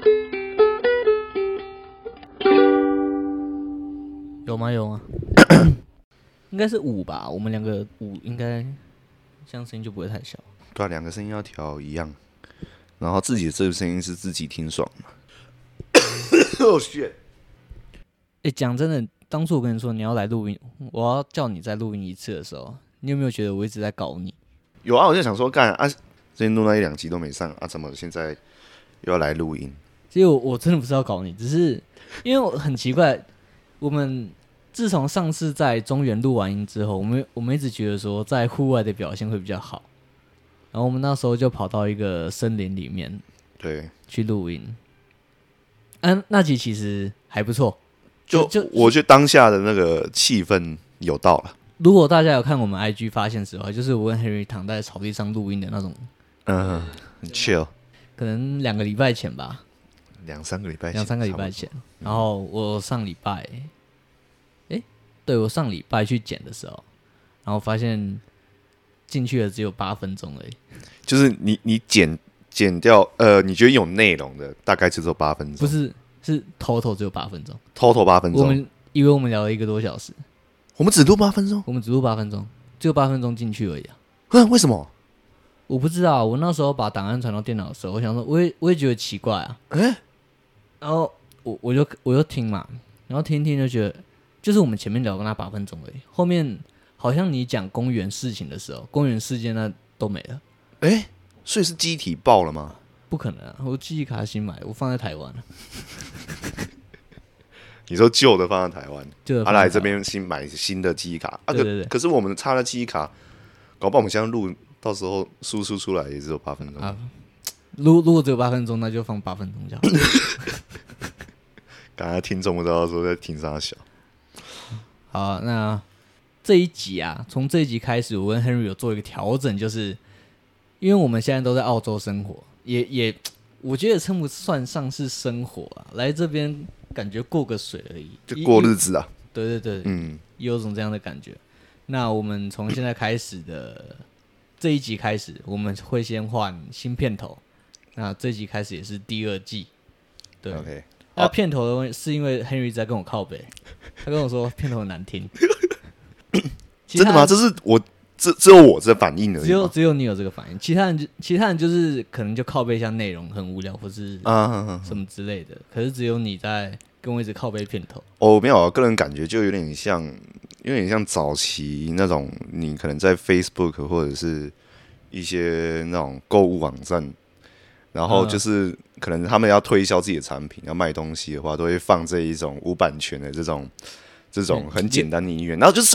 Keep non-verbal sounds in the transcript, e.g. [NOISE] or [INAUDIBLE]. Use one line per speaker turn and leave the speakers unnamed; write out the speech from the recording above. [COUGHS] 应该是五吧，我们两个五应该这样声音就不会太小。
对啊，两个声音要调一样，然后自己的这个声音是自己听爽 [COUGHS] 嘛。哦 shit！
哎，讲真的，当初我跟你说你要来录音，我要叫你再录音一次的时候，你有没有觉得我一直在搞你？
有啊，我就想说干啊，之前录那一两集都没上啊，怎么现在又要来录音？
其实我我真的不是要搞你，只是因为我很奇怪，我们自从上次在中原录完音之后，我们我们一直觉得说在户外的表现会比较好，然后我们那时候就跑到一个森林里面
对，
去录音，嗯、那集其实还不错。
就
就
我觉得当下的那个气氛有到了，
如果大家有看我们 IG 发现时候，就是我跟 Henry 躺在草地上录音的那种，
嗯，很 chill，
可能两个礼拜前吧，
两三个礼拜前，
两三个礼拜
差嗯
前。然后我上礼拜，诶、对我上礼拜去剪的时候，然后发现进去的只有八分钟而已，
不多，就是你你剪剪掉，呃，你觉得有内容的大概只有八分钟，
不是是 total 只有八分钟。
total 八分
我
钟，
们以为我们聊了一个多小时，
我们只录八分钟，
我们只录八分钟，只有八分钟进去而已啊！
嗯，为什么？
我不知道，我那时候把档案传到电脑的时候，我想说，我也我也觉得奇怪啊，
哎、
然后我我就我就听嘛，然后听一听就觉得，就是我们前面聊到那八分钟而已，后面好像你讲公园事情的时候，公园事件那都没了，
哎、所以是机体爆了吗？
不可能啊！我记忆卡新买，我放在台湾了，
你说旧的放在台湾，
就
阿来这，边新买新的记忆卡啊，
对
可
对对
可是我们插了记忆卡，搞不好我们现在录到时候输出出来也只有八分钟，
啊如如果只有八分钟，那就放八分钟就好。
刚才听众不知道说在听啥小，
好啊，那这一集啊，从这一集开始，我跟 Henry 有做一个调整，就是因为我们现在都在澳洲生活，也也我觉得称不算上是生活啊，来这边感觉过个水而已，
就
一
过日子啊，
对对对，
嗯，
有种这样的感觉。那我们从现在开始的这一集开始，我们会先换新片头。那这一集开始也是第二季，对。
，OK，
那片头的问是因为 Henry 在跟我靠北，他跟我说片头很难听。其
[COUGHS] 真
他
的吗？这是我这只有我这反应而
只
已
有
吗。
只有你有这个反应，其他人就其他人就是可能就靠背一下内容很无聊或是
啊，
什么之类的，可是只有你在跟我一直靠背片头。
哦，没有啊，个人感觉就有点像，有点像早期那种，你可能在 Facebook 或者是一些那种购物网站，然后
嗯
就是可能他们要推销自己的产品，要卖东西的话，都会放这一种无版权的这种这种
嗯
很简单的音乐，然后就是